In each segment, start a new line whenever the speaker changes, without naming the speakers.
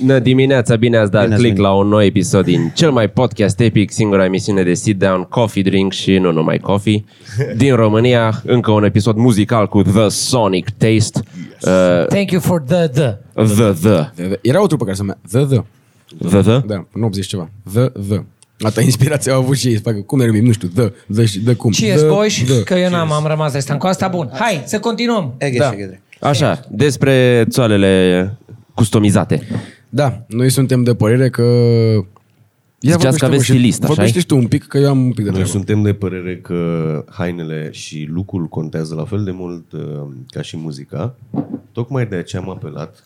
Bună dimineața, bine ați dat bine
Bine ați
click
venit.
la un nou episod din cel mai podcast epic, singura emisiune de sit-down, coffee drink și nu numai coffee. Din România, încă un episod muzical cu The Sonic Taste. Uh,
Thank you for the the.
the, the.
The, the. Era o trupă care se numea The The.
The, the?
Da, în 80 ceva. The The. Atâta inspirație au avut și ei să facă cum ne numim, nu știu, The, The și The cum.
Cheers,
the,
boys,
The.
că eu n-am am rămas de stand cu asta. Bun, hai să continuăm.
Da.
Așa, despre țoalele customizate.
Da, noi suntem de părere că... vorbește
că aveți
tu și-
stilist, așa-i? Da.
Vorbește și tu un pic, că eu am un pic de
Noi
treabă.
suntem de părere că hainele și lucrul contează la fel de mult uh, ca și muzica. Tocmai de aceea am apelat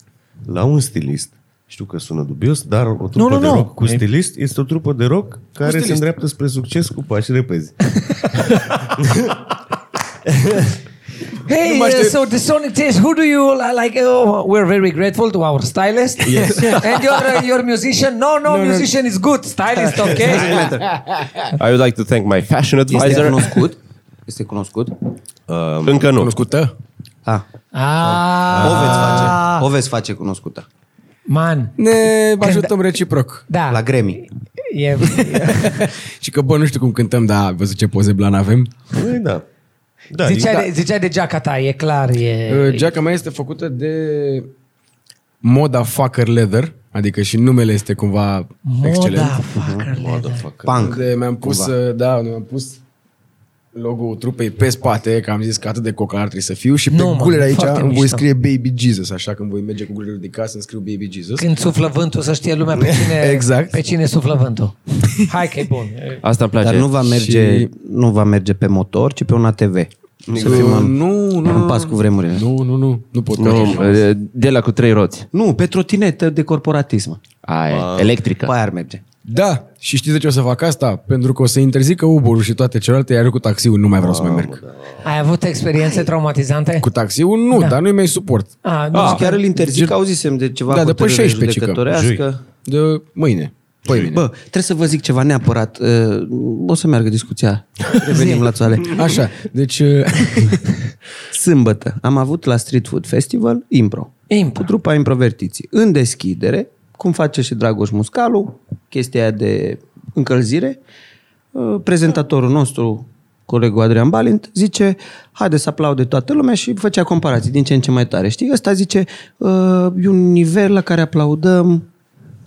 la un stilist. Știu că sună dubios, dar o trupă
nu,
de
nu.
rock cu stilist este o trupă de rock care se
stilist.
îndreaptă spre succes cu pași repezi.
Hey,
mă
uh,
aștept.
so the Sonic Taste, who do you li- like? Oh, we're very grateful to our stylist. Yes. And your, uh, your musician? No, no, musician is good. Stylist, okay.
I would like to thank my fashion
Este
advisor. Um,
cunoscut? Este cunoscut?
Încă nu.
Cunoscută?
Ah. O
ah,
veți face. O veți face cunoscută.
man.
Ne ajutăm reciproc.
Da.
La Grammy.
E,
Adică- Și că, bă, nu știu cum cântăm, dar ai văzut ce poze blan avem?
Păi da. Da,
ziceai,
da.
de, ziceai de geaca ta, e clar, e...
Uh, Geaca mea este făcută de Moda Fucker Leather, adică și numele este cumva excelent.
Motherfucker.
Punk.
De, mi-am pus, uh, da, mi-am pus logo-ul trupei pe spate, că am zis că atât de cocar trebuie să fiu și pe
Nu, mă,
guler aici
foarte
îmi voi
mișto.
scrie Baby Jesus, așa când voi merge cu gulerul de casă îmi scriu Baby Jesus.
Când suflă vântul, să știe lumea pe cine,
Exact.
pe cine suflă vântul. Hai că e bun.
Asta îmi place.
Dar nu va, merge,
Și-
nu va merge pe motor, ci pe un ATV. Să
Uh,
fim în,
nu, nu,
în pas cu vremurile. Nu.
Nu, nu, nu, nu pot.
Nu, de- de la cu trei roți.
nu, pe trotinetă de corporatism.
Aia, electrică.
Pe aia ar merge.
Da, și știți de ce o să fac asta? Pentru că o să interzică Uber-ul și toate celelalte, iar eu cu taxiul nu mai vreau să mai merg.
da.
Ai avut experiențe traumatizante?
Cu taxiul
Da.
nu, dar nu-i mai suport.
A, nu,
Ah,
știu.
chiar îl interzic, auzisem de ceva
Deci- Da, de pe
hotărâre
16 cică.
judecătorească.
De mâine. Păi,
Bă, trebuie să vă zic ceva neapărat. Uh, o să meargă discuția. Revenim la țoale.
Așa, deci... uh,
Sâmbătă am avut la Street Food Festival impro.
Impro.
Cu trupa improvertiții. În deschidere, cum face și Dragoș Muscalu, chestia aia de încălzire, uh, prezentatorul nostru, colegul Adrian Balint, zice, haide să aplaude toată lumea și făcea comparații din ce în ce mai tare. Știi, ăsta zice, "Uh, e un nivel la care aplaudăm,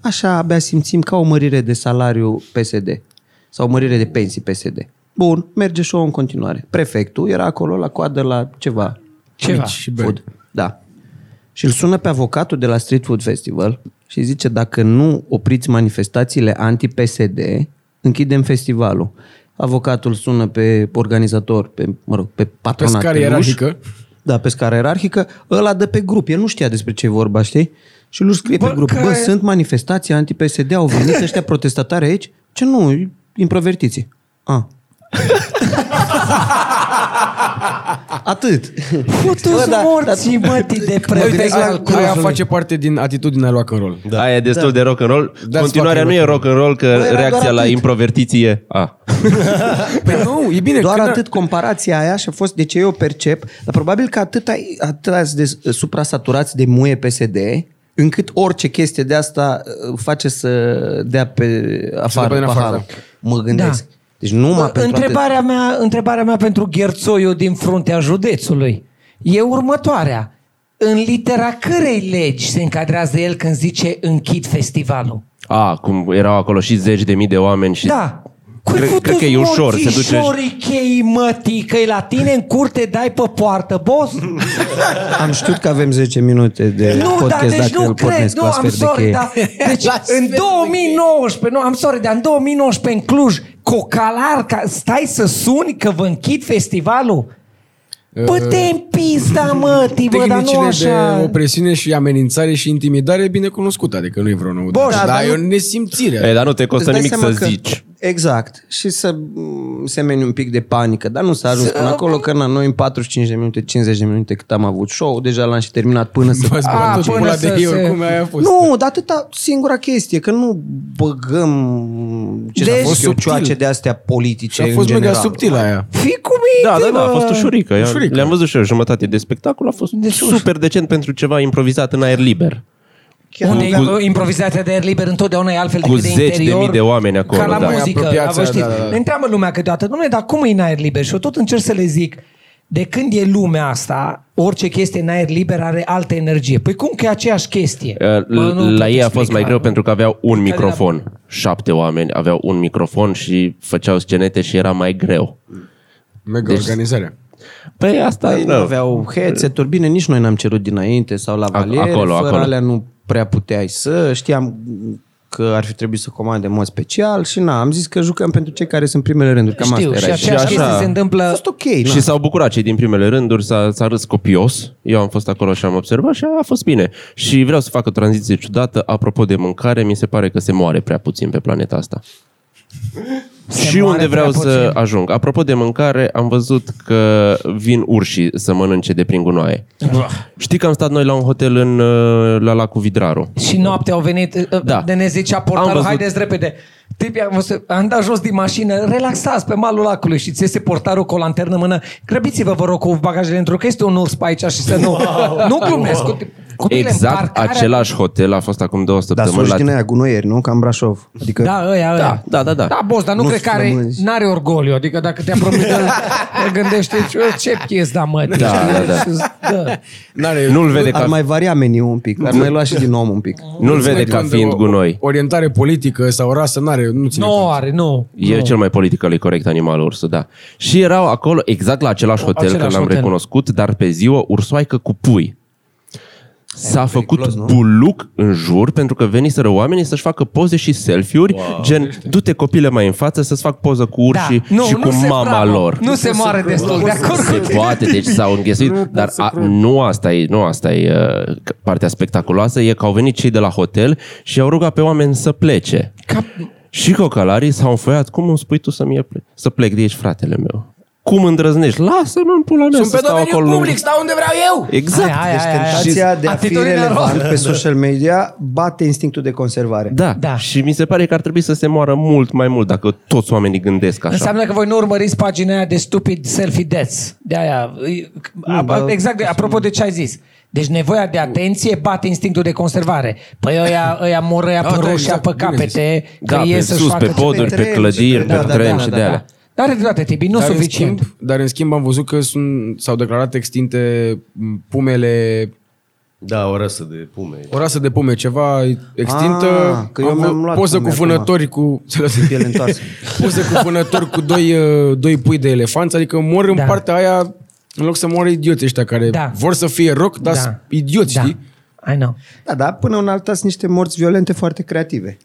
așa abia simțim ca o mărire de salariu PSD sau mărire de pensii PSD. Bun, merge show în continuare. Prefectul era acolo la coadă la ceva.
Ceva.
și beri.
Food. Da. Și îl sună pe avocatul de la Street Food Festival și zice dacă nu opriți manifestațiile anti-PSD, închidem festivalul. Avocatul sună pe organizator, pe, mă rog, pe patronat.
scară
pe Luș.
ierarhică.
Da, pe scară ierarhică. Ăla dă pe grup. El nu știa despre ce e vorba, știi? Și lui scrie
Bă,
pe grup.
care-
Bă, sunt manifestații anti-PSD, au venit ăștia protestatari aici? Ce nu, improvertiții. A. Atât.
Putu-ți morții, mă, ti de Exact.
Mă
Uite,
prefect.
gândesc la
aia,
Cruzul
aia
lui.
face parte din atitudinea lui rock and roll.
Da. Aia e destul da. de rock and roll.
Da,
Continuarea
sfatul
nu e rock and roll, că
Bă, era
reacția
doar
la
atât.
improvertiție... A.
Păi nu, e bine.
Doar
când-
atât comparația aia și a fost de ce eu percep, dar probabil că atât ai- atât ați de suprasaturați de muie PSD, încât orice chestie de asta uh, face să dea pe afară,
dea
pe
din afară,
afară. Mă gândesc.
Da.
Da. Deci numai
Bă,
pentru atât.
întrebarea, mea, întrebarea mea pentru gherțoiul din fruntea județului e următoarea. În litera cărei legi se încadrează el când zice închid festivalul?
A, cum erau acolo și zeci de mii de oameni și...
Da. Cui
Cred-
putu-ți
cred că e ușor,
morții,
se duce-
șorichei, mătii, că la tine în curte dai pe poartă, boss?
Am știut că avem 10 minute de
Nu, dar
podcast
deci
dacă
nu
îl
cred,
pornesc
nu,
cu
am
astfel de
sorry,
cheie.
dar deci, în 2019, nu, am sorry, dar în 2019 în Cluj, cocalar, ca, stai să suni că vă închid festivalul? Păi Bă,
Uh,
te pizda, da, mă, tibă, dar nu
Tehnicile
așa.
de opresiune și amenințare și intimidare bine cunoscută, adică nu e vreo noutate.
Boș,
da,
dar
dar e o
nu-
nesimțire.
E, dar nu te
Îți
costă
dai
nimic să
seama că-
zici.
Exact. Și să mm, semeni un pic de panică. Dar nu s-a ajuns până acolo, că na, noi în 45 de minute, 50 de minute cât am avut show, deja l-am și terminat până să...
Bă,
A,
atunci
până
pula
să
de
se-
ei, oricum aia a fost.
Nu, dar atâta singura chestie, că nu băgăm ce
Deci,
deci, fost eu,
subtil.
cioace de astea politice
Și
Deci,
a fost
în
mega
general.
subtil aia.
Fii cu
Da,
minte,
da, da, a
bă.
fost ușurică. Eu
Ușurică.
Le-am văzut și eu jumătate de spectacol, a fost deci super decent pentru ceva improvizat în aer liber.
Chiar
Unde
aveam-
cu, improvizația de air liber întotdeauna e altfel
cu
decât de
zeci de
interior.
mii de oameni acolo,
Ca la
da.
muzică,
Apropiația,
da, vă știți. Da,
da, da,
da,
da.
Ne întreabă lumea câteodată, domnule, dar cum e în aer liber? Și eu tot încerc să le zic, de când e lumea asta, orice chestie în aer liber are altă energie. Păi cum că e aceeași chestie?
Uh,
Bă, nu
La
pot
ei a fost
explica.
mai greu pentru că aveau un
Care
microfon. Șapte oameni aveau un microfon și făceau scenete și era mai greu.
Mega
Deci-
organizarea.
Păi asta
Ei nu
e
aveau headset-uri, bine, nici noi n-am cerut dinainte sau la valier,
acolo,
acolo, fără
acolo.
acolo. alea nu prea puteai să, știam că ar fi trebuit să comand în mod special și na, am zis că jucăm pentru cei care sunt primele rânduri, cam
Știu,
asta
și
era.
așa-
aceeași
Și
chestie se întâmplă...
A fost ok, na.
Da.
Și s-au bucurat cei din primele rânduri, s-a, s-a râs copios. Eu am fost acolo și am observat și a fost bine. Și vreau să fac o tranziție ciudată. Apropo de mâncare, mi se pare că se moare prea puțin pe planeta asta.
Se
și
moare
unde vreau
prea
să
puțin.
ajung. Apropo de mâncare, am văzut că vin urșii să mănânce de prin gunoaie. Știi că am stat noi la un hotel în, uh, la lacul Vidraru.
Și noaptea au venit,
Da.
da. de ne zicea
Am
portarul,
văzut.
haideți repede. Tipii am, văzut, am dat jos din mașină, relaxați pe malul lacului și ți iese portarul cu o lanternă în mână. Grăbiți-vă, vă rog, cu bagajele într-o că este un urs pe aici și să nu... Nu glumesc. Cu, copile, în
Exact,
parcarea-
același hotel a fost acum două
Dar
săptămâni.
sunt
la-
din aia gunoieri, nu? Cam Brașov. Adică
Da, ăia, ăia.
Da, da, da, da.
Da, boss, dar nu,
Nu
nu cred că are,
flămânzi.
n-are orgoliu. Adică dacă te apropii de el, te gândești, ce pies da, mă.
Da, da,
da.
N-are,
Nu-l vede
ar
ca,
mai varia meniul un pic, ar mai lua și din om un pic.
nu-l vede
ține
ca
cont de
fiind
Exact. o-
gunoi.
Orientare politică sau rasă n-are, nu ține cont.
Nu are, nu.
E
nu.
cel mai politically corect animal ursul, da. Și erau acolo, exact la același hotel, același
Același
că l-am
hotel.
recunoscut, dar pe ziua, ursoaică cu pui. S-a făcut buluc în jur pentru că veniseră oamenii să-și facă poze și selfie-uri, wow, gen, du-te copile mai în față să-ți fac poză cu urși
Da. Nu,
și
nu
cu
se-
mama
bravo.
lor.
Nu se moare destul, de acord cu
Se
tine.
poate, deci s-au înghesuit, dar a, nu asta e, nu asta e uh, c- partea spectaculoasă, e că au venit cei de la hotel și au rugat pe oameni să plece.
Ca-
Și cocalarii s-au înfoiat. Cum îmi spui tu să, mie ple- să plec de aici, fratele meu? Cum îndrăznești? Lasă-mă în pula mea să stau acolo. lung.
stau unde vreau eu!
Exact.
Aia, aia,
Deci
aia, aia.
tentația de a fi
Atitudinea
relevant
roz.
pe social media bate instinctul de conservare.
Da. da.
Da.
Și mi se pare că ar trebui să se moară mult mai mult dacă toți oamenii gândesc așa.
Înseamnă că voi nu urmăriți pagina aia de stupid selfie deaths. De aia. e- a-
dar-
Exact, de- apropo de ce ai zis. Deci nevoia de atenție bate instinctul de conservare. Păi ăia, ăia mor ăia pe
da,
roșia,
exact,
pe
bine
capete, că
da, pe
e să-și
sus,
facă
pe poduri, pe,
pe tren,
clădiri,
pe-
pe
da, da,
tren
da,
și
da,
de
da.
alea.
Dar are dreptate, Tibi, nu
Dar în,
suficient.
schimb, dar în schimb am văzut că sunt, s-au declarat extinte m, pumele,
Da, o rasă de pume.
o rasă de pume ceva extintă.
Ah, că eu
Am
mi-am
vă-
luat
poză
pume
cu vânători cu...
Piele întoarsă.
poză cu vânători cu doi, uh, doi pui de elefanți, adică mor în
Da.
partea aia în loc să moară idioți ăștia care
Da.
vor să fie rock, dar sunt idioți, știi?
I know.
Da, da, până în alta sunt niște morți violente foarte creative.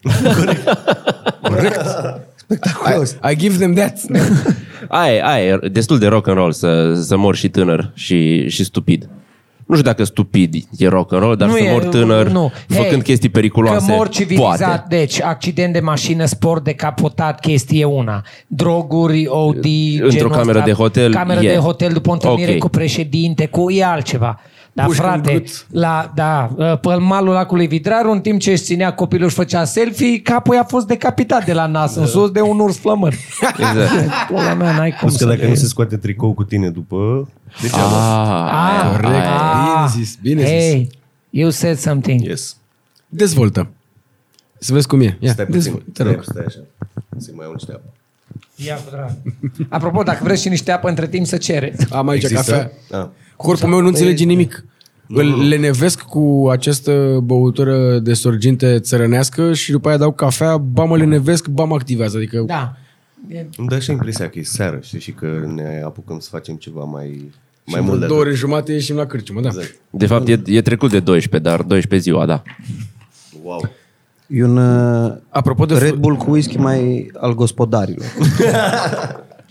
Spectaculos.
I give them that.
Aia, e- aia, e destul de rock and roll să, să mor și tânăr și, și stupid. Nu știu dacă stupid e rock and roll, dar să
e-
mor tânăr făcând
Hei,
chestii periculoase.
Că mor civilizat,
Poate.
deci accident de mașină, sport decapotat, chestie una. Droguri, OD, genul
cameră
ăsta,
de hotel,
Cameră
e.
de hotel după o întâlnire
Ok.
cu președinte, cu e altceva. Da,
Puși în
frate,
gât.
la, da, pe malul lacului Vidraru, în timp ce își ținea copilul și făcea selfie, capul i-a fost decapitat de la nas, în sus de un urs flămân.
Exact.
Pula mea, n-ai cum
Plus că
să...
dacă nu se scoate tricou cu tine după... Deci
Ah,
Ah,
Corect,
ah,
bine zis, bine zis.
hey, You said something.
yes.
Dezvoltă. Să vezi cum e. Ia,
Stai
dezvoltă.
puțin.
Te
Stai,
rog.
stai așa. Să mai iau niște apă.
Ia cu drag. Apropo, dacă vreți și niște apă între timp să cere.
Am aici
Există?
cafea.
Ah.
Corpul
Păi,
meu nu înțelege nimic. Îl lenevesc cu această băutură de sorginte țărănească și după aia dau cafea, bam, mă lenevesc, bam, activează. Adică
Da. E-
Îmi dă așa impresia că e seară, știi, și că ne apucăm să facem ceva mai, mai
și
mult de
două
atât.
ore jumate ieșim la cârciumă, da.
Exact.
De fapt, e, e trecut de 12, dar 12 ziua, da.
Wow.
E un uh,
Apropo de,
Red
Red...
Bull cu whisky mai al gospodarilor.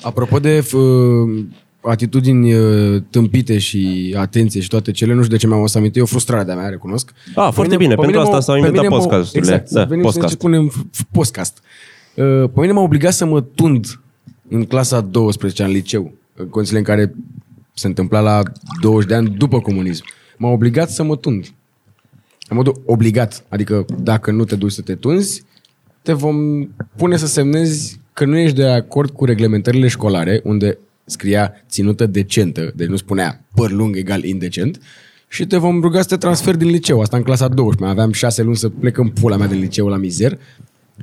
apropo de uh, atitudini uh, tâmpite și atenție și toate cele, nu știu de ce mi-am o să aminte, e o frustrare de-a mea, recunosc.
Ah, foarte
Pe
bine,
pe
pentru
mă-
asta s-au
pe
inventat
mine mă-
podcasturile.
Exact,
Da,
da, venim podcast.
podcast.
să ne punem f- f- podcast. Uh, Pe mine m-a obligat să mă tund în clasa 12 în liceu, în condițiile în care se întâmpla la 20 de ani după comunism. M-a obligat să mă tund. În modul obligat. Adică dacă nu te duci să te tunzi, te vom pune să semnezi că nu ești de acord cu reglementările școlare, unde scria ținută decentă, deci nu spunea păr lung egal indecent, și te vom ruga să te transferi din liceu. Asta în clasa 12. Aveam șase luni să plec în pula mea din liceu la mizer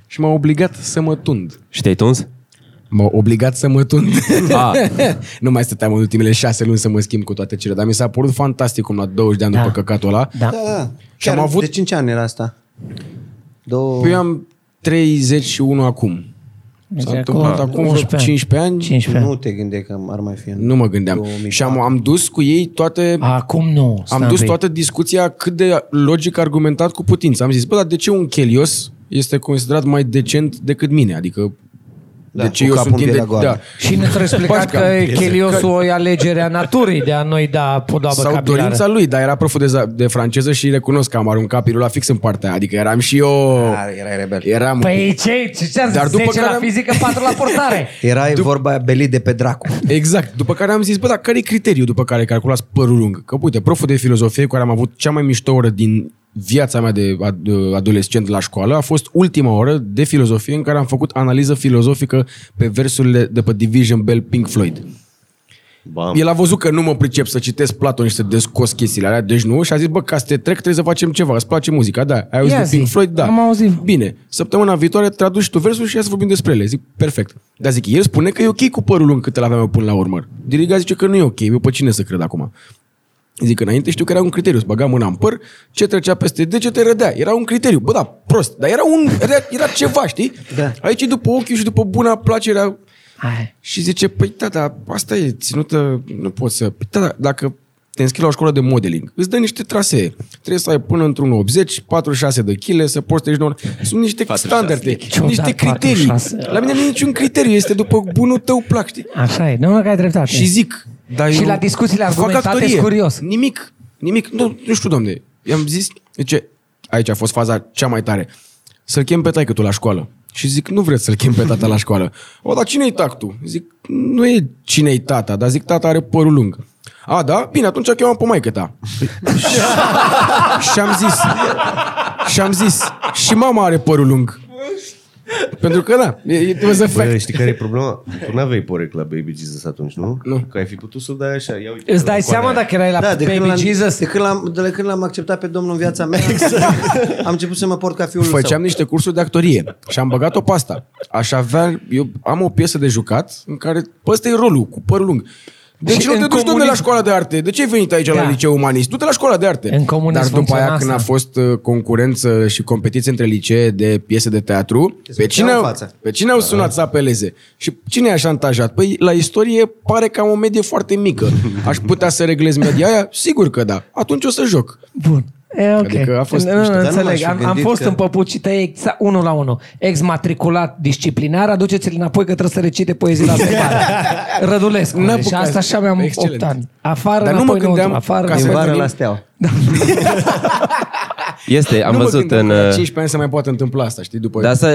și m-a obligat să mă tund.
Și te-ai tuns?
M-a obligat să mă tund.
Ah.
nu mai stăteam în ultimele șase luni să mă schimb cu toate cele, dar mi s-a părut fantastic cum la 20 de ani
Da.
da. după căcatul ăla.
Da.
Da, da.
Și am
Chiar
avut-
De 5 ani era asta. Două...
Păi Eu am 31 acum. S-a
Deci
întâmplat
acum
acum
11
15
ani.
ani. 15
15
ani.
Nu
ani.
te gândeai că ar mai fi în...
Nu mă gândeam.
2004.
Și am, am dus cu ei toate...
Acum nu. stai
Am
un
dus
pic.
toată discuția cât de logic argumentat cu putință. Am zis, bă, dar de ce un chelios este considerat mai decent decât mine? Adică,
Da,
de ce
cu
eu
capul
sunt
în pielea
inde-
goală.
da.
Și ne trebuie explicat
Pașca,
că
piese.
Cheliosul e alegerea naturii de a noi da podoabă
Sau
capilară.
dorința lui, dar era proful de, za- de franceză și recunosc că am aruncat pilula fix în partea aia. Adică eram și eu...
Ar- Erai Ah, rebel.
Eram...
Păi ce? Ce ți-am zis?
Dar după
10 la
care-
fizică, 4 la portare.
Erai vorba aia belit de pe dracu.
Exact. După care am zis, bă, dar care e criteriul după care calculați părul lung? Că uite, proful de filozofie cu care am avut cea mai mișto oră din viața mea de ad- adolescent la școală a fost ultima oră de filozofie în care am făcut analiză filozofică pe versurile de pe Division Bell Pink Floyd.
Bam.
El a văzut că nu mă pricep să citesc Platon și să descos chestiile alea, deci nu, și a zis, bă, ca să te trec trebuie să facem ceva, îți place muzica, da, ai auzit
Ia
de Pink
zi.
Floyd, da.
Am auzit.
Bine, săptămâna viitoare traduci tu versul și ia să vorbim despre ele. Zic, perfect. Dar zic, el spune că e ok cu părul lung cât îl aveam eu până la urmă. Diriga zice că nu e ok, eu pe cine să cred acum? Zic, înainte știu că era un criteriu, îți băga mâna în păr, ce trecea peste degete rădea. Era un criteriu, bă, da, prost, dar era, un, era, era ceva, știi?
Da.
Aici e după ochiul și după buna placerea
Hai.
și zice, păi da, da, asta e ținută, nu poți să... Păi, da, da, dacă te înscrii la o școală de modeling, îți dă niște trasee. Trebuie să ai până într-un 80, 46 de kg, să poți treci nouă. Sunt niște 46. standarde,
Ciudat,
niște criterii.
46.
La mine nu e niciun criteriu, este după bunul tău plac, știi?
Așa e, nu că ai dreptate.
Și zic, Exact. dar
Și
eu
la discuțiile
fac
argumentate
actorie.
sunt curios.
Nimic, nimic, nu, nu știu, domne. I-am zis, zice, aici a fost faza cea mai tare. Să-l chem pe taică tu la școală. Și zic, nu vreți să-l chem pe tata la școală. O, dar cine-i tactul? Zic, nu e cine-i tata, dar zic, tata are părul lung. A, da? Bine, atunci chemam pe maică ta. și am zis, și am zis, și mama are părul lung. Pentru că da, e, e, it was a fact.
Bă, știi care e problema? Tu n-aveai porec la Baby Jesus atunci, nu?
Nu.
Că ai fi putut să dai așa. Ia uite,
Îți dai
cu
seama
alea.
dacă erai la
da, de
Baby
când l-am,
Jesus?
De când, l-am, de când l-am acceptat pe Domnul în viața mea, am început să mă port ca fiul
Făceam niște cursuri de actorie și am băgat-o pe asta. Aș avea, eu am o piesă de jucat în care, pă, ăsta e rolul, cu păr lung. De
Și
ce nu
în
te duci domne
comunism-
la școala de arte? De ce ai venit aici
Da.
la liceu umanist? Du-te la școala de arte.
În comunism
Dar după aia
funcționa
când a
asta.
fost uh, concurență și competiție între licee de piese de teatru, pe
făceau
cine,
în
au-
față. Da.
pe cine au sunat să apeleze? Și cine i-a șantajat? Păi la istorie pare că am o medie foarte mică. Aș putea să reglez media aia? Sigur că da. Atunci o să joc.
Bun. E, ok.
Adică a fost
nu, nu,
mișto.
nu,
Dar nu m-aș
înțeleg.
fi
Am, am
gândit
fost că...
că-
împăpucită exact unul la unul. Exmatriculat disciplinar, aduceți-l înapoi că trebuie să recite poezii la separă. Rădulescu.
N-a
Și
apucat.
asta așa mi-am
Excelent.
8 ani. Afară,
Dar nu mă
înapoi,
gândeam
înăuntru, afară,
ca
Din
să-
înapoi.
vară
venim-
la steaua.
Este, am
nu mă
văzut
gândeam
în...
că la
uh, Da,
15 ani se mai poate întâmpla asta, știi? După
Dar asta...
Ah,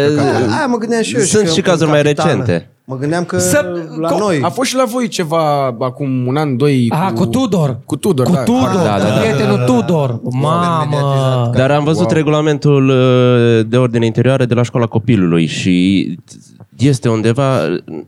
Aia mă gândeam și eu.
Sunt
că
și cazuri mai
în capitală.
recente.
Mă gândeam că
Să-
la
co-
noi...
A fost și la voi ceva acum un an, doi...
Ah, cu Tudor.
Cu Tudor,
Cu
da.
Tudor,
Da, da, da, da.
prietenul Tudor. Mamă.
exact.
mediatizat.
Dar am văzut wow. regulamentul uh, de ordine interioară de la școala copilului și este undeva,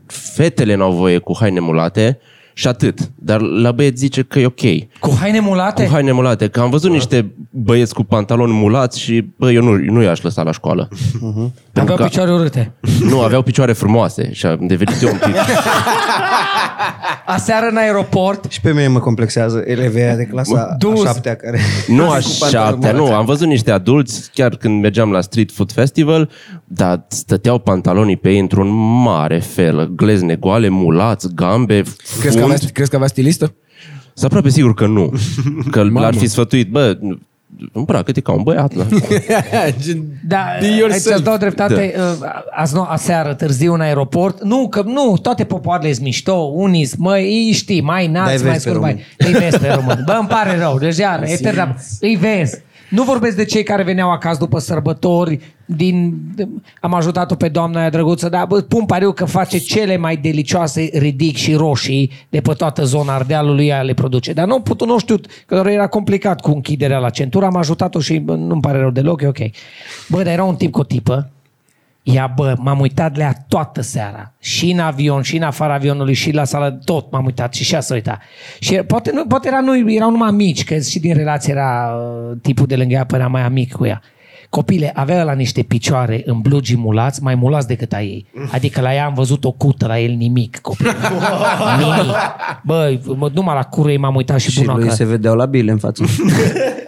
fetele n-au voie cu haine mulate și atât. Dar la băieți zice că e ok.
Cu haine mulate?
Cu haine mulate. Că am văzut niște băieți cu pantaloni mulați și bă, eu nu, nu i-aș lăsa la școală. Pentru
Aveau
că-
picioare urâte.
Nu, aveau picioare frumoase și am devenit eu un pic.
Aseară în aeroport,
Și pe mine mă complexează elevii aia de clasa a
Dus.
șaptea care...
Nu
Cu
așa,
pantaloni
te, nu,
mulați.
am văzut niște adulți chiar când mergeam la Street Food Festival, dar stăteau pantalonii pe ei într-un mare fel, glezne goale, mulați, gambe,
Crezi că,
fund.
avea, crezi că avea stilistă?
Sunt aproape sigur că nu, că l-ar fi sfătuit, bă, îmbracă-te ca un băiat, da.
Da,
Be
aici
yourself.
îți dau dreptate, da. azi nu, aseară, târziu în aeroport. Nu, că nu, toate popoarele sunt mișto, unii sunt, măi, îi știi, mai
Dar îi
înalți,
vezi
mai
pe
scurt, mai...
români.
Îi vezi pe român. Bă, îmi pare rău, deci deja, etern, îi vezi. Nu vorbesc de cei care veneau acasă după sărbători, din, am ajutat-o pe doamna aia drăguță, dar bă, pun pariu că face cele mai delicioase ridic și roșii de pe toată zona Ardealului, ea le produce. Dar nu putut, nu știu, că doar era complicat cu închiderea la centură, am ajutat-o și bă, nu-mi pare rău deloc, e ok. Bă, dar era un tip cu o tipă Ia bă, m-am uitat la ea toată seara. Și în avion, și în afara avionului, și la sală, tot m-am uitat și și ea s-a uitat. Și poate, nu, poate era, nu, erau numai mici, că și din relație era uh, tipul de lângă ea, părea mai amic cu ea. Copile, avea la niște picioare în blugi mulați, mai mulați decât a ei. Adică la ea am văzut o cută, la el nimic, copil. nimic. Bă, mă, numai la curei m-am uitat și,
Și
bună
lui
că-
se vedeau la bile în față.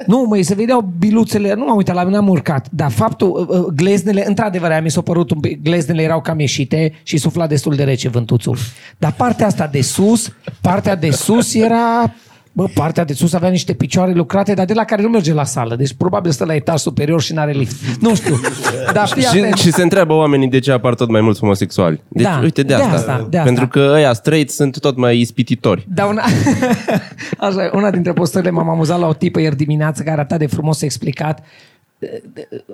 nu, măi, se vedeau biluțele, nu m-am uitat la mine, am urcat. Dar faptul, uh, uh, gleznele, într-adevăr, aia mi s-a părut un pic, gleznele erau cam ieșite și sufla destul de rece vântuțul. Dar partea asta de sus, partea de sus era... Bă, partea de sus avea niște picioare lucrate, dar de la care nu merge la sală. Deci probabil stă la etaj superior și n-are lift. Nu știu. Dar fii atent.
Și, și se întreabă oamenii de ce apar tot mai mulți homosexuali. Deci,
Da,
uite, de
de
asta.
asta, de asta.
Pentru că ăia straight sunt tot mai ispititori.
Dar una, așa, una dintre postările m-am amuzat la o tipă ieri dimineață care atât de frumos a explicat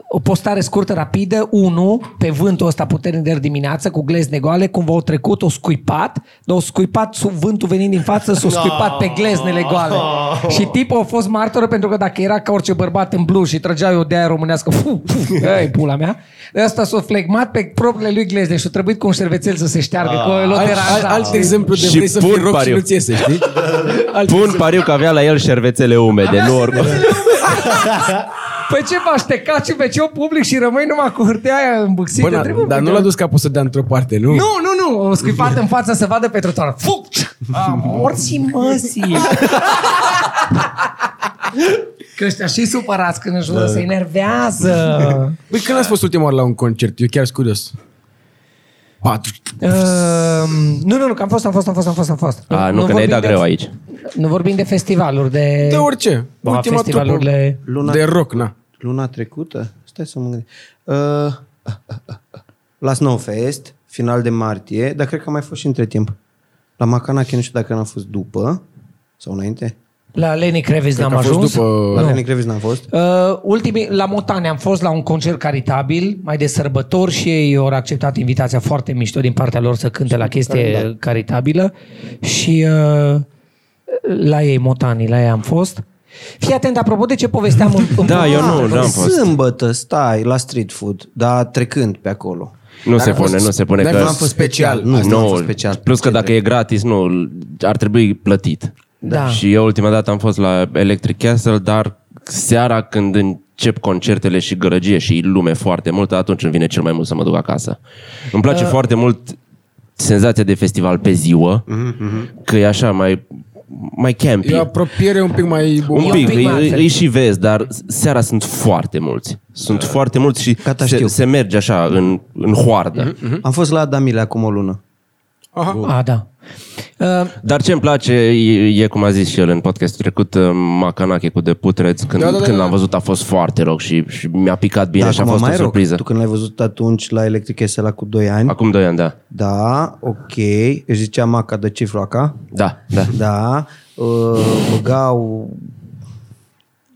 o postare scurtă, rapidă, unu, pe vântul ăsta puternic de ieri dimineață, cu glezne goale, cumva au trecut, o scuipat, dar o scuipat sub vântul venind din față, s-o scuipat pe gleznele goale. Și tipul a fost martoră pentru că dacă era ca orice bărbat în blu și trăgea eu de aia românească, fu, fu, ei, pula mea, ăsta s-a flegmat pe propriile lui glezne și a trebuit cu un șervețel să se șteargă, că l-a
Al, al,
deranjat.
alt exemplu de
Și
vrei să fii
pun
rob și
pariu.
nu-ți iese, știi? Alt
Pun pariu că avea la el șervețele umede, nu oricum.
Pe Păi ce v-aș teca și pe ce o public și rămâi numai cu hârtia aia îmbuxită?
Bă, na,
Trebuie
dar nu
un
l-a
pic de-
dus capul să dea într-o parte, nu?
Nu, nu, nu, o scuipat în față să vadă pe trotuar. Fuc! A, morții măsii! Că ăștia și supărați când își jură, se enervează.
Băi, când ați fost ultima oară la un concert? Eu chiar sunt curios. Patru.
Ehm, nu, nu, nu, că am fost, am fost, am fost, am fost, am fost.
A, nu, că ne-ai
vorbim
dat
de-
greu aici.
Nu vorbim de festivaluri, de...
De orice.
Ba,
ultima trupă
festivalurile...
Luna-
de rock, na.
Luna trecută? Stai să mă gândesc. Uh, la Snowfest, final de martie, dar cred că a mai fost și între timp. La Macanache, nu știu dacă n-a fost după sau înainte.
La Lenny Kravitz
Cred
n-am
că a fost
ajuns.
după-
La Lenny Kravitz n-a fost.
Uh, ultimii, la Motane am fost la un concert caritabil, mai de sărbători și ei au acceptat invitația foarte mișto din partea lor să cânte la chestie caritabilă și uh, la ei, Motanii, la ei am fost. Fii atent, apropo de ce povesteam în, în
Da, eu nu,
Ah,
n-am fost.
Sâmbătă stai la street food, dar trecând pe acolo.
Nu se
a fost-
pune, nu se pune
dacă
că...
n-am fost special,
Nu, nu, a
Nu,
fost special.
plus că dacă e gratis, nu, ar trebui plătit.
Da.
Și eu ultima dată am fost la Electric Castle, dar seara când încep concertele și gălăgie și lume foarte mult, atunci îmi vine cel mai mult să mă duc acasă. Îmi
Da.
place foarte mult senzația de festival pe ziua,
Mhm,
că e așa mai, mai campy.
E o apropiere un pic mai...
Un
E
pic,
un pic
îi,
mai
îi,
altfel.
îi și vezi, dar seara sunt foarte mulți.
Da.
Sunt foarte mulți și
Gata,
se,
știu.
se merge așa în, în
Mhm,
hoardă.
Mhm. Am fost la Adamile acum o lună.
Aha.
A, da. Uh,
Dar ce îmi place e, e, cum a zis și el în podcastul trecut, uh, Macanache cu de putreț, când, da, da, da, când l-am văzut a fost foarte rog și, și mi-a picat bine
Dar
și a
Da, acum
fost o
mai rog,
surpriză.
Tu când l-ai văzut atunci la Electric la cu 2 ani,
Acum doi ani, da.
da, ok, își zicea Maca de Cifroaca,
Da, da.
Da, uh, băgau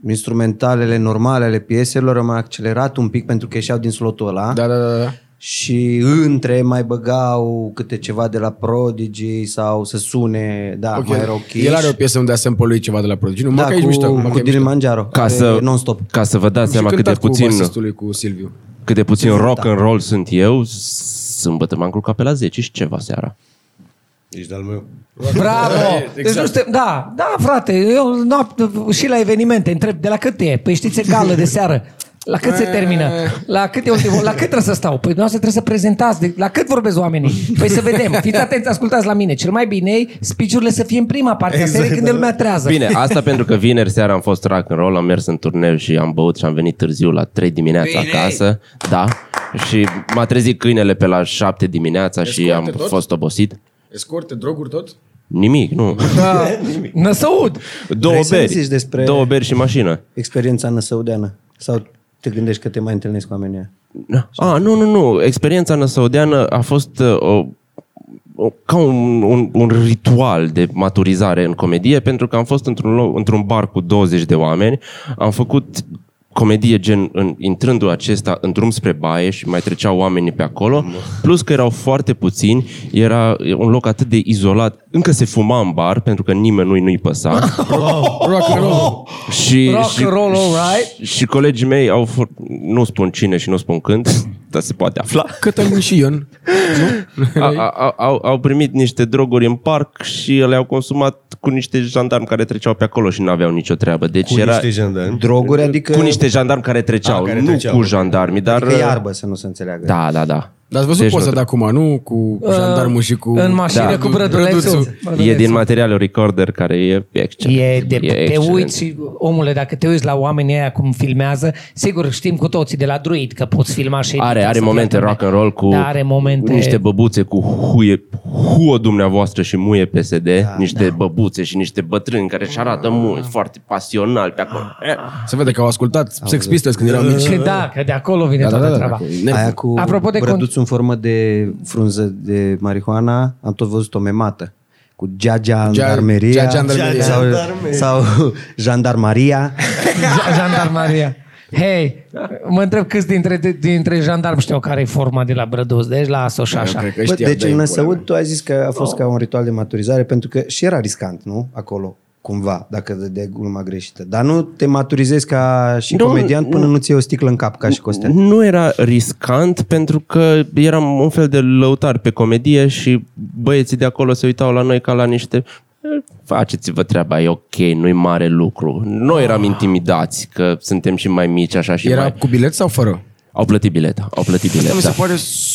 instrumentalele normale ale pieselor, au mai accelerat un pic pentru că ieșeau din slotul ăla
Da, da, da, da.
și între mai băgau câte ceva de la Prodigy sau să sune, da,
Ok.
okay. mai erau chiși.
El are o piesă unde a sample lui ceva de la Prodigy. Nu,
da,
mă, că
cu,
e mișto. mă, că e
cu
mișto.
Dilimanjaro,
Ca să,
non-stop.
ca să vă dați
Am
seama
și
cât de
cântat
puțin,
Cu basistului, cu Silviu.
cât de puțin
Exact, da.
rock and roll sunt eu, sâmbătă m-am culcat pe la 10 și ceva seara.
Ești de-al meu.
Bravo!
Exact.
Deci nu suntem, da, da, frate, eu noapte, și la evenimente întreb, de la cât e? Păi știți, e gală de seară. La cât se termină? La cât, e ultimul? la cât trebuie să stau? Păi dumneavoastră trebuie să prezentați. De, la cât vorbesc oamenii? Păi să vedem. Fiți atenți, ascultați la mine. Cel mai bine e speech-urile să fie în prima parte exact, a serii când el metrează.
Bine, asta pentru că vineri seara am fost rock and roll, am mers în turneu și am băut și am venit târziu la 3 dimineața Bine. acasă. Da. Și m-a trezit câinele pe la 7 dimineața și
Escorte
am
tot?
fost obosit.
Escorte, droguri, tot?
Nimic, nu.
Da. Năsăud.
Două
Vrei să ne
beri.
zici despre-
Două beri și mașină.
Experiența năsăudeană. Sau te gândești că te mai întâlnești cu oamenii ăia? Da.
A, nu, nu, nu. Experiența năsăudeană a fost uh, o, o, ca un, un, un ritual de maturizare în comedie, pentru că am fost într-un, loc, într-un bar cu 20 de oameni, am făcut comedie gen în, intrându acesta în drum spre baie și mai treceau oamenii pe acolo, plus că erau foarte puțini, era un loc atât de izolat, încă se fuma în bar pentru că nimănui nu-i păsa.
Rock and roll.
Și,
Rock
și,
and roll,
și-
alright.
Și colegii mei au fost, nu spun cine și nu spun când, atâta se poate afla.
Cătălin și Ion.
A, a, a, au, au primit niște droguri în parc și le-au consumat cu niște jandarmi care treceau pe acolo și nu aveau nicio treabă. Deci
Cu
era
niște jandarmi.
Droguri, adică...
cu niște jandarmi care treceau,
Ah, care
nu
treceau.
cu jandarmi, dar...
Adică iarbă, să nu se înțeleagă.
Da, da, da.
Dar ați văzut
Deci
poza
nu-
de acum, nu? Cu jandarmul și cu...
Uh, În mașină
Da.
cu brădulețul.
E din materialul recorder care e excelent.
E de, e te
excelent.
uiți, și, omule, dacă te uiți la oamenii aia cum filmează, sigur știm cu toții de la Druid că poți filma și...
Are,
edita
are
să
momente
fie lumea.
rock and roll cu
da, are momente...
niște băbuțe cu huie, huo dumneavoastră și muie PSD, da, niște da. băbuțe și niște bătrâni care își arată mult, foarte pasional pe acolo.
Se vede că au ascultat Sex Pistols când erau mici.
Că da, că de acolo vine toată treaba.
Aia cu
Apropo de con-
brăduțul în formă de frunză de marihuana, am tot văzut o memată cu Giagea Jandarmeria,
Gea Jandarmeria.
sau, sau Jandarmaria.
Ja- Jandarmaria. Hei, mă întreb câți dintre, dintre jandarmi știu care e forma de la Brăduț, deci la Asos și așa.
Cred că
Bă,
știa,
deci
dai
în
pula
Năsăud tu ai zis că a fost
Oh.
ca un ritual de maturizare pentru că și era riscant, nu? Acolo, cumva, dacă dădeai gluma greșită. Dar nu te maturizezi ca și
Nu,
comedian până nu ți iei o sticlă în cap ca și Costea.
Nu era riscant pentru că eram un fel de lăutar pe comedie și băieții de acolo se uitau la noi ca la niște "Eh, faceți-vă treaba, e ok, nu-i mare lucru. Noi eram intimidați că suntem și mai mici așa și
Era
mai...
cu bilet sau fără?
Au plătit bilet, au plătit
Asta
bilet,
mi se
da.
pare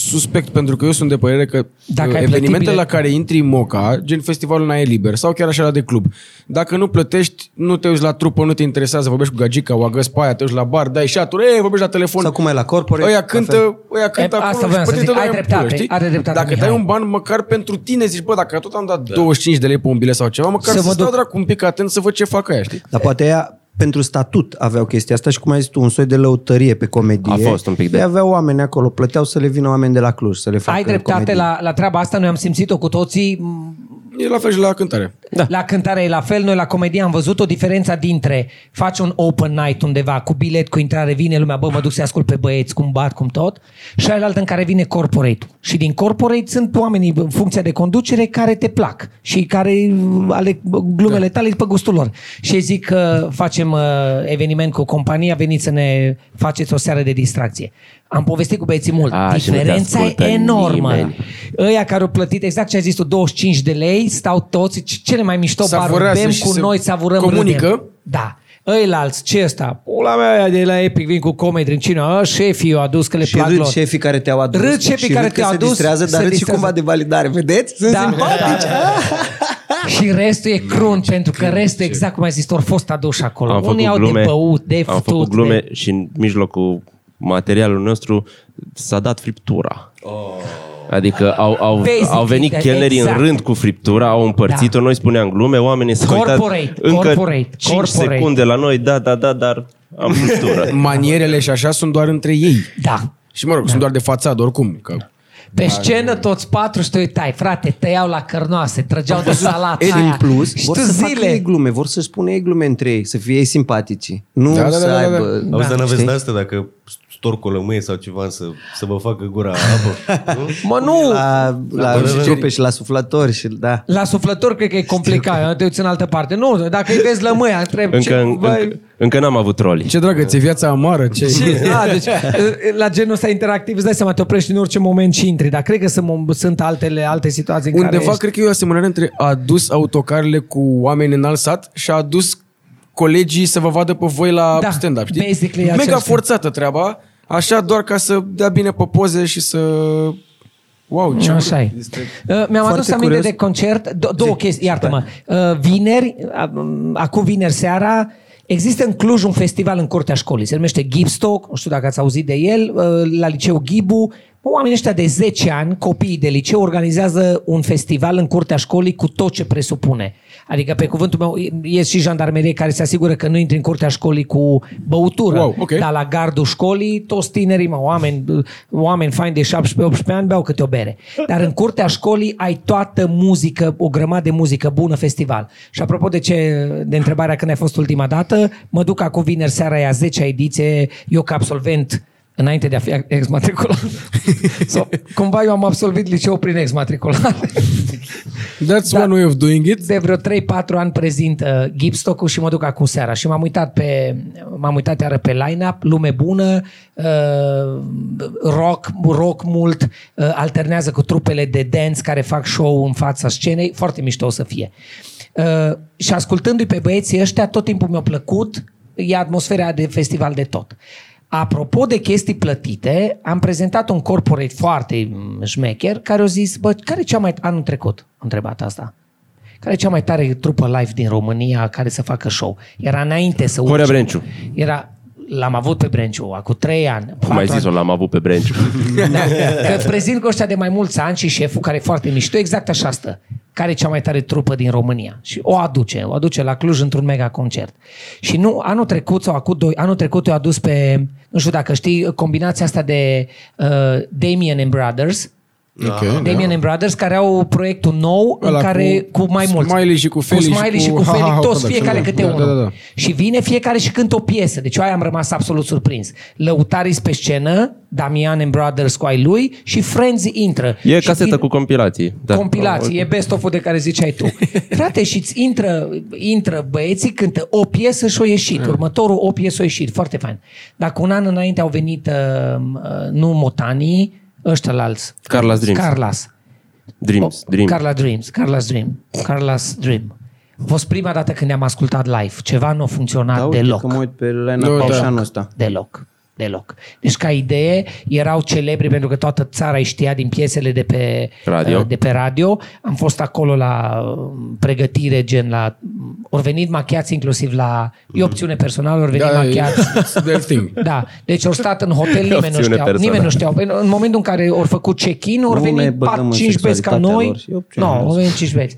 suspect, pentru că eu sunt de părere că
Dacă
uh,
ai plătit
evenimentele
bilet-
la care intri moca, gen festivalul în aer liber sau chiar așa la de club, dacă nu plătești, nu te uiți la trupă, nu te interesează, vorbești cu gagica, o agăs pe aia, te uiți la bar, dai șaturi, ei, vorbești la telefon.
Sau cum e la corporate,
Ăia
la
cântă, ăia cântă
E, asta
acolo
voiam
și
să
pe tine
zic,
te
ai
dai în
dreptate,
știi?
are dreptate,
Dacă
Mihai.
dai un ban măcar pentru tine, zici, bă, dacă tot am dat
Da.
25 de lei pe un bilet sau ceva, măcar
Să
să,
mă
stau
duc.
dracu un pic atent să văd ce fac aia, știi?
Dar poate ea pentru statut aveau chestia asta și cum ai zis tu, un soi de lăutărie pe comedie.
A fost un pic de-
Ei aveau oameni acolo, plăteau să le vină oameni de la Cluj să le facă
Ai dreptate
comedie.
la, la treaba asta, noi am simțit-o cu toții, m,
E la fel și la cântare.
Da. La cântare e la fel, noi la comedie am văzut o diferență dintre faci un open night undeva cu bilet, cu intrare, vine lumea, bă, mă duc să ascult pe băieți, cum bat, cum tot, și ai altă în care vine corporate Și din corporate sunt oamenii în funcția de conducere care te plac și care uh, ale glumele da. tale pe gustul lor. Și ei zic că facem uh, eveniment cu compania, veniți să ne faceți o seară de distracție. Am povestit cu băieții mult.
A, și nu te
Diferența e
ascultă
enormă.
nimeni.
Ăia care au plătit exact ce ai zis tu, 25 de lei, stau toți, ce- cele mai mișto baruri,
Savurează
bem
și
cu
se
noi, savurăm,
comunică.
râdem. Da. Ăilalți, ce ăsta? Pula mea de la Epic vin cu comedy în cină. Ă, șefii i-au adus că le
și
plac
râd
lor.
șefii care te-au adus.
Râd șefii
și
care
râd că
te-au
se
adus,
distrează,
se
dar râd și
distrează.
cumva de validare. Vedeți? Sunt
Da.
simpatici.
Da, și restul e crunt, pentru că restul, exact cum ai zis, tu, au fost aduși acolo.
Am
Unii
făcut
au
glume,
de băut, de
am
futut,
făcut glume
de...
și în mijlocul materialul nostru s-a dat friptura. Oh. Adică au, au,
Basically,
au venit
da,
chelnerii
exact.
în rând cu friptura, au împărțit-o,
Da.
noi spuneam glume, oamenii s-au
Corporate,
uitat încă
corporate,
5
corporate.
secunde la noi, da, da, da, dar am friptură.
Păi, da.
Manierele și așa sunt doar între ei.
Da.
Și mă rog, da. sunt doar de fațadă oricum. Că...
Pe scenă toți patru și te uitai, frate, tăiau la cărnoase, trăgeau de salat.
Ei, în plus,
și
vor
tu
să facă ei
zile.
glume, vor să spună ei glume între ei, să fie ei simpatici. Nu
Da, da,
să
da, da, da.
aibă...
Auzi, dar n-aveți
știi?
de asta dacă storc o lămâie sau ceva să, să vă facă gura apă. nu?
Mă, nu!
La, la
bărări.
șurupe și la suflatori și da.
La suflător cred că e complicat, te uiți în altă parte. Nu, dacă îi vezi lămâia, întreb ce...
Încă, încă, încă n-am avut troli.
Ce dragă, ți-e viața amară? Ce?
ce da, deci, la genul ăsta interactiv îți dai seama, te oprești în orice moment și intri, dar cred că sunt, sunt altele, alte situații în care
Undeva
ești.
cred că e o asemănare între a dus autocarele cu oameni în alt sat și a dus colegii să vă vadă pe voi la
Da,
stand-up, știi?
basically e același
Mega
lucru.
forțată treaba, așa doar ca să dea bine pe poze și să... Wow, ce
Așa e. Uh, Mi-am adus aminte
curios.
de concert, do- două chestii, iartă-mă. Uh, Vineri, a- m, acum vineri seara, există în Cluj un festival în curtea școlii, se numește Gipstock, nu știu dacă ați auzit de el, uh, la liceu Ghibu. Oamenii ăștia de 10 ani, copiii de liceu, organizează un festival în curtea școlii cu tot ce presupune. Adică, pe cuvântul meu, e- e și jandarmerie care se asigură că nu intri în curtea școlii cu băutură.
Wow, ok.
Dar la gardul școlii, toți tinerii, mă, oameni, oameni faini de 17-18 ani, beau câte o bere. Dar în curtea școlii ai toată muzică, o grămadă de muzică bună, festival. Și apropo de ce, de întrebarea când ai fost ultima dată, mă duc acum vineri seara, e a 10-a ediție, eu ca absolvent înainte de a fi exmatriculat. Sau, cumva eu am absolvit liceul prin exmatriculare.
That's da. one way of doing it.
De vreo 3-4 ani prezint uh, Gipstock-ul și mă duc acum seara. Și m-am uitat, pe, m-am uitat iară pe line-up, lume bună, uh, rock, rock mult, uh, alternează cu trupele de dance care fac show în fața scenei. Foarte mișto o să fie. Uh, și ascultându-i pe băieții ăștia, tot timpul mi-a plăcut, e atmosfera de festival de tot. Apropo de chestii plătite, am prezentat un corporate foarte șmecher care a zis, bă, care e cea mai... Anul trecut am întrebat asta. Care e cea mai tare trupă live din România care să facă show? Era înainte să urce.
Horea Brenciu.
Era, l-am avut pe Brenciu, acum trei ani.
Cum ai zis-o, l-am avut pe Brenciu.
Da, că prezint cu ăștia de mai mulți ani și șeful, care e foarte mișto, exact așa stă. Care e cea mai tare trupă din România? Și o aduce, o aduce la Cluj într-un mega concert. Și nu, anul trecut sau acum doi, anul trecut i-a adus pe, nu știu dacă știi, combinația asta de uh, Damien and Brothers, Da.
Okay,
Damien and Brothers, care au proiectul nou
da. Ăla
în care cu,
cu-
mai
cu
mulți.
Smiley și cu Felix
Cu Smiley
și
și
cu
cu
Ha Ha
Felix,
Ha
toți
Production,
fiecare
da.
câte
Da,
unul.
da, da.
Și vine fiecare și cântă o piesă. Deci eu aia am rămas absolut surprins. Lăutaris pe scenă, Damian and Brothers cu ai lui și Friends intră.
E
și
casetă
vin-
cu compilații.
da, compilații, e best of de care ziceai tu. Frate, și ți intră, intră băieții, cântă o piesă și o ieșit. Următorul o piesă o ieșit. Foarte fain. Dar cu un an înainte au venit uh, uh, nu Motanii, ăștia la alți.
Carla's Dreams.
Carlas.
Dreams,
Oh,
Dreams.
Carla Dreams, Carla's Dream, Carla's Dream. A fost prima dată când am ascultat live. Ceva nu a funcționat
Da, uite
deloc.
Că mă uit pe Lena
Da,
no,
da.
da. anul ăsta.
Deloc. Deloc. Deci ca idee erau celebri pentru că toată țara îi știa din piesele de pe uh,
Radio.
De pe radio. Am fost acolo la um, pregătire, gen la... um, Ori venit machiați inclusiv la... E opțiune personală, ori venit
Da, e-
machiați.
it's their thing.
Da, deci au stat în hotel, nimeni nu
Opțiune
știau.
personală.
Nimeni nu știau. În în momentul în care au făcut check-in, au
Nu ne
venit
băgăm în
5 beți ca
sexualitatea
noi.
lor și e
Nu,
opțiune.
au venit 5 beți.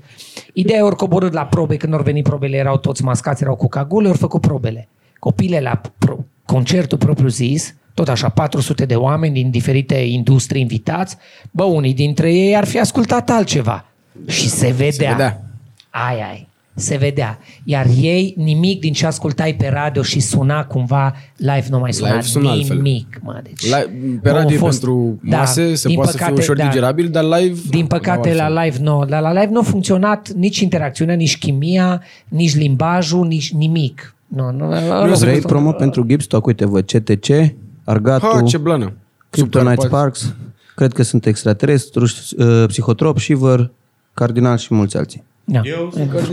Ideea e ori coborât la probe, când au venit probele, erau toți mascați, erau cu cagule, au făcut probele. Copile la pro- concertul propriu zis, tot așa, 400 de oameni din diferite industrii invitați, bă, unii dintre ei ar fi ascultat altceva. Și se vedea.
vedea.
Ai, ai. Se vedea. Iar ei, nimic din ce ascultai pe radio și suna cumva live nu mai suna
Live sună altfel.
nimic, mă. Deci,
La, pe
nu
radio
a
fost, pentru mase da, se
din
poate păcate, să fie ușor da. digerabil, dar live...
Din
nu,
păcate,
nu
la
altfel.
live nu. La, la live nu a funcționat nici interacțiunea, nici chimia, nici limbajul, nici nimic. Nu, nu, ăla
Nu
a
vrei
fost-
promo pentru Gipstock? Uite, vă, CTC,
Ha,
Argatu,
ce blană!
Kryptonite
Super,
Sparks, cred că sunt extraterestru, uh, psihotrop, Shiver, Cardinal și mulți alții.
Da.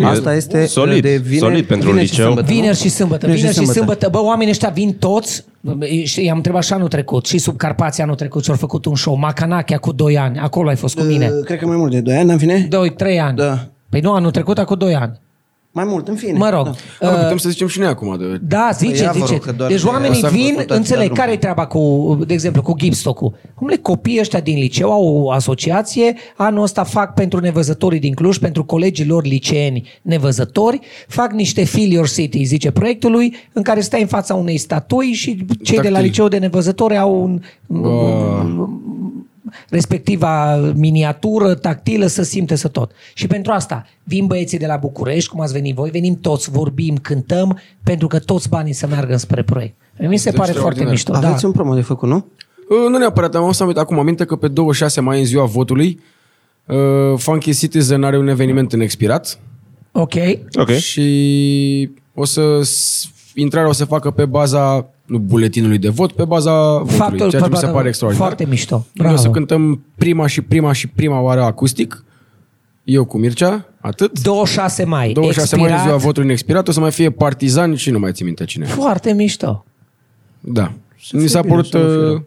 Asta este uh,
solid,
de vine,
solid pentru
vine Și
liceu.
sâmbătă, nu?
Vineri și sâmbătă. Vineri, și sâmbătă. Bă, oamenii ăștia vin toți. Și i-am întrebat și anul trecut. Și sub Carpații anul trecut și-au făcut un show. Macanachia cu 2 ani. Acolo ai fost cu mine.
Uh, Cred că mai mult de 2 ani, în fine?
2, 3 ani.
Da.
Păi nu, anul trecut, acum 2 ani.
Mai mult, în fine.
Mă rog.
Da.
Da,
uh,
putem să zicem și noi acum. De...
Da, zice,
Păi ia, vă
zice.
rog, că doar
deci
de-
oamenii
asta
vin,
vă tot
înțeleg
dați
care e treaba cu, de exemplu, cu Gipstock-ul. Cum le copiii ăștia din liceu au o asociație, anul ăsta fac pentru nevăzătorii din Cluj, pentru colegii lor liceeni nevăzători, fac niște Feel Your City, zice proiectului, în care stai în fața unei statui și cei de la
Tactil.
liceu de nevăzători au un, respectiva miniatură tactilă să simte să tot. Și pentru asta vin băieții de la București, cum ați venit voi, venim toți, vorbim, cântăm, pentru că toți banii să meargă spre proiect. Mi
Deci
se pare foarte
extraordinar.
mișto. Da.
Aveți un promo de făcut, nu?
Uh, Nu neapărat, am să amit acum aminte că pe 26 mai, în ziua votului, uh, Funky Citizen are un eveniment în expirat
Ok.
Ok.
și o să s- intrarea o să facă pe baza nu buletinului de vot, pe baza votului, ceea ce mi se
foarte-
pare extraordinar.
Foarte mișto.
Bravo.
Bravo.
O să cântăm prima și prima și prima oară acustic. Eu cu Mircea, atât.
26 mai.
26 mai
expirat.
e ziua votului expirat, o să mai fie partizan și nu mai țin minte cine.
Foarte mișto.
Da. Mi s-a părut uh,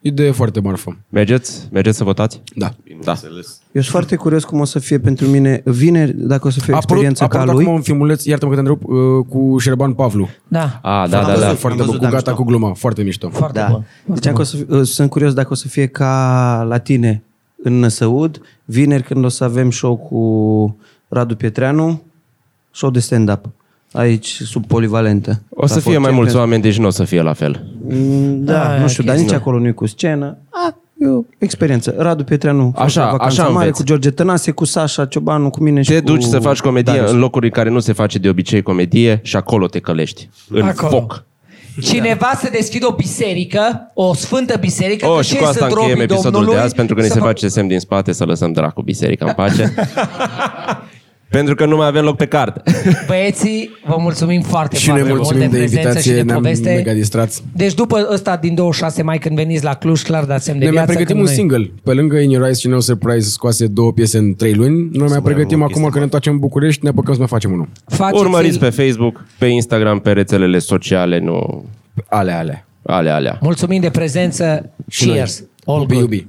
idee foarte marfă.
Mergeți? Mergeți să votați?
Da.
Da.
Eu sunt foarte curios cum o să fie pentru mine vineri, dacă o să fie o
A apărut,
experiență
a apărut
ca a lui.
acum un filmuleț, iartă-mă că te întrerup, uh, cu Șerban Pavlu.
Da.
A, da, da,
Foarte-
da.
Foarte bun,
Am văzut,
cu
da,
gata,
mișto.
cu gluma. Foarte mișto.
Foarte
Da.
bun.
Deci că o să, fie- sunt curios dacă o să fie ca la tine în Năsăud, vineri când o să avem show cu Radu Pietreanu, show de stand-up aici sub polivalentă.
O să
La
fie mai
Fort
mulți
Champions.
oameni, deci nu o să fie la fel.
Mm, Da,
Ah,
nu știu,
ok.
dar nici acolo nu e cu scenă. A, e o experiență. Radu Pietreanu,
Așa,
face vacanță
așa
mare
înveți.
cu George Tănase, cu Sasha Ciobanu, cu mine și
Te
cu
duci să faci comedie
Darius.
în locuri în care nu se face de obicei comedie și acolo te călești. În
Acolo.
foc. Da.
Cineva să deschidă o biserică, o sfântă biserică. că
Oh, și
ce
cu asta
sunt
încheiem
robii
episodul de
Domnului,
azi, pentru că ne
să
se
vă-
face semn din spate să lăsăm dracu biserica în pace. pentru că nu mai avem loc pe card.
Băieții, vă mulțumim foarte,
Și
foarte
ne mulțumim
mult de,
de
prezență
invitație,
și de
ne-am
poveste.
mega distrați.
Deci după ăsta din 26 mai când veniți la Cluj, clar dați semn de
Ne mai
viață.
pregătim
că
un
noi-
single. Pe lângă In Your Eyes și No Surprise scoase două piese în trei luni. Noi mai
mai
pregătim
avem o
acum
chestie
că ne întoarcem în București, ne apucăm să mai facem unul.
Faceți-l-
Urmăriți pe Facebook, pe Instagram, pe rețelele sociale, nu
Ale, ale.
ale alea.
Mulțumim de prezență. Cheers.
Iubi,
good.
iubi.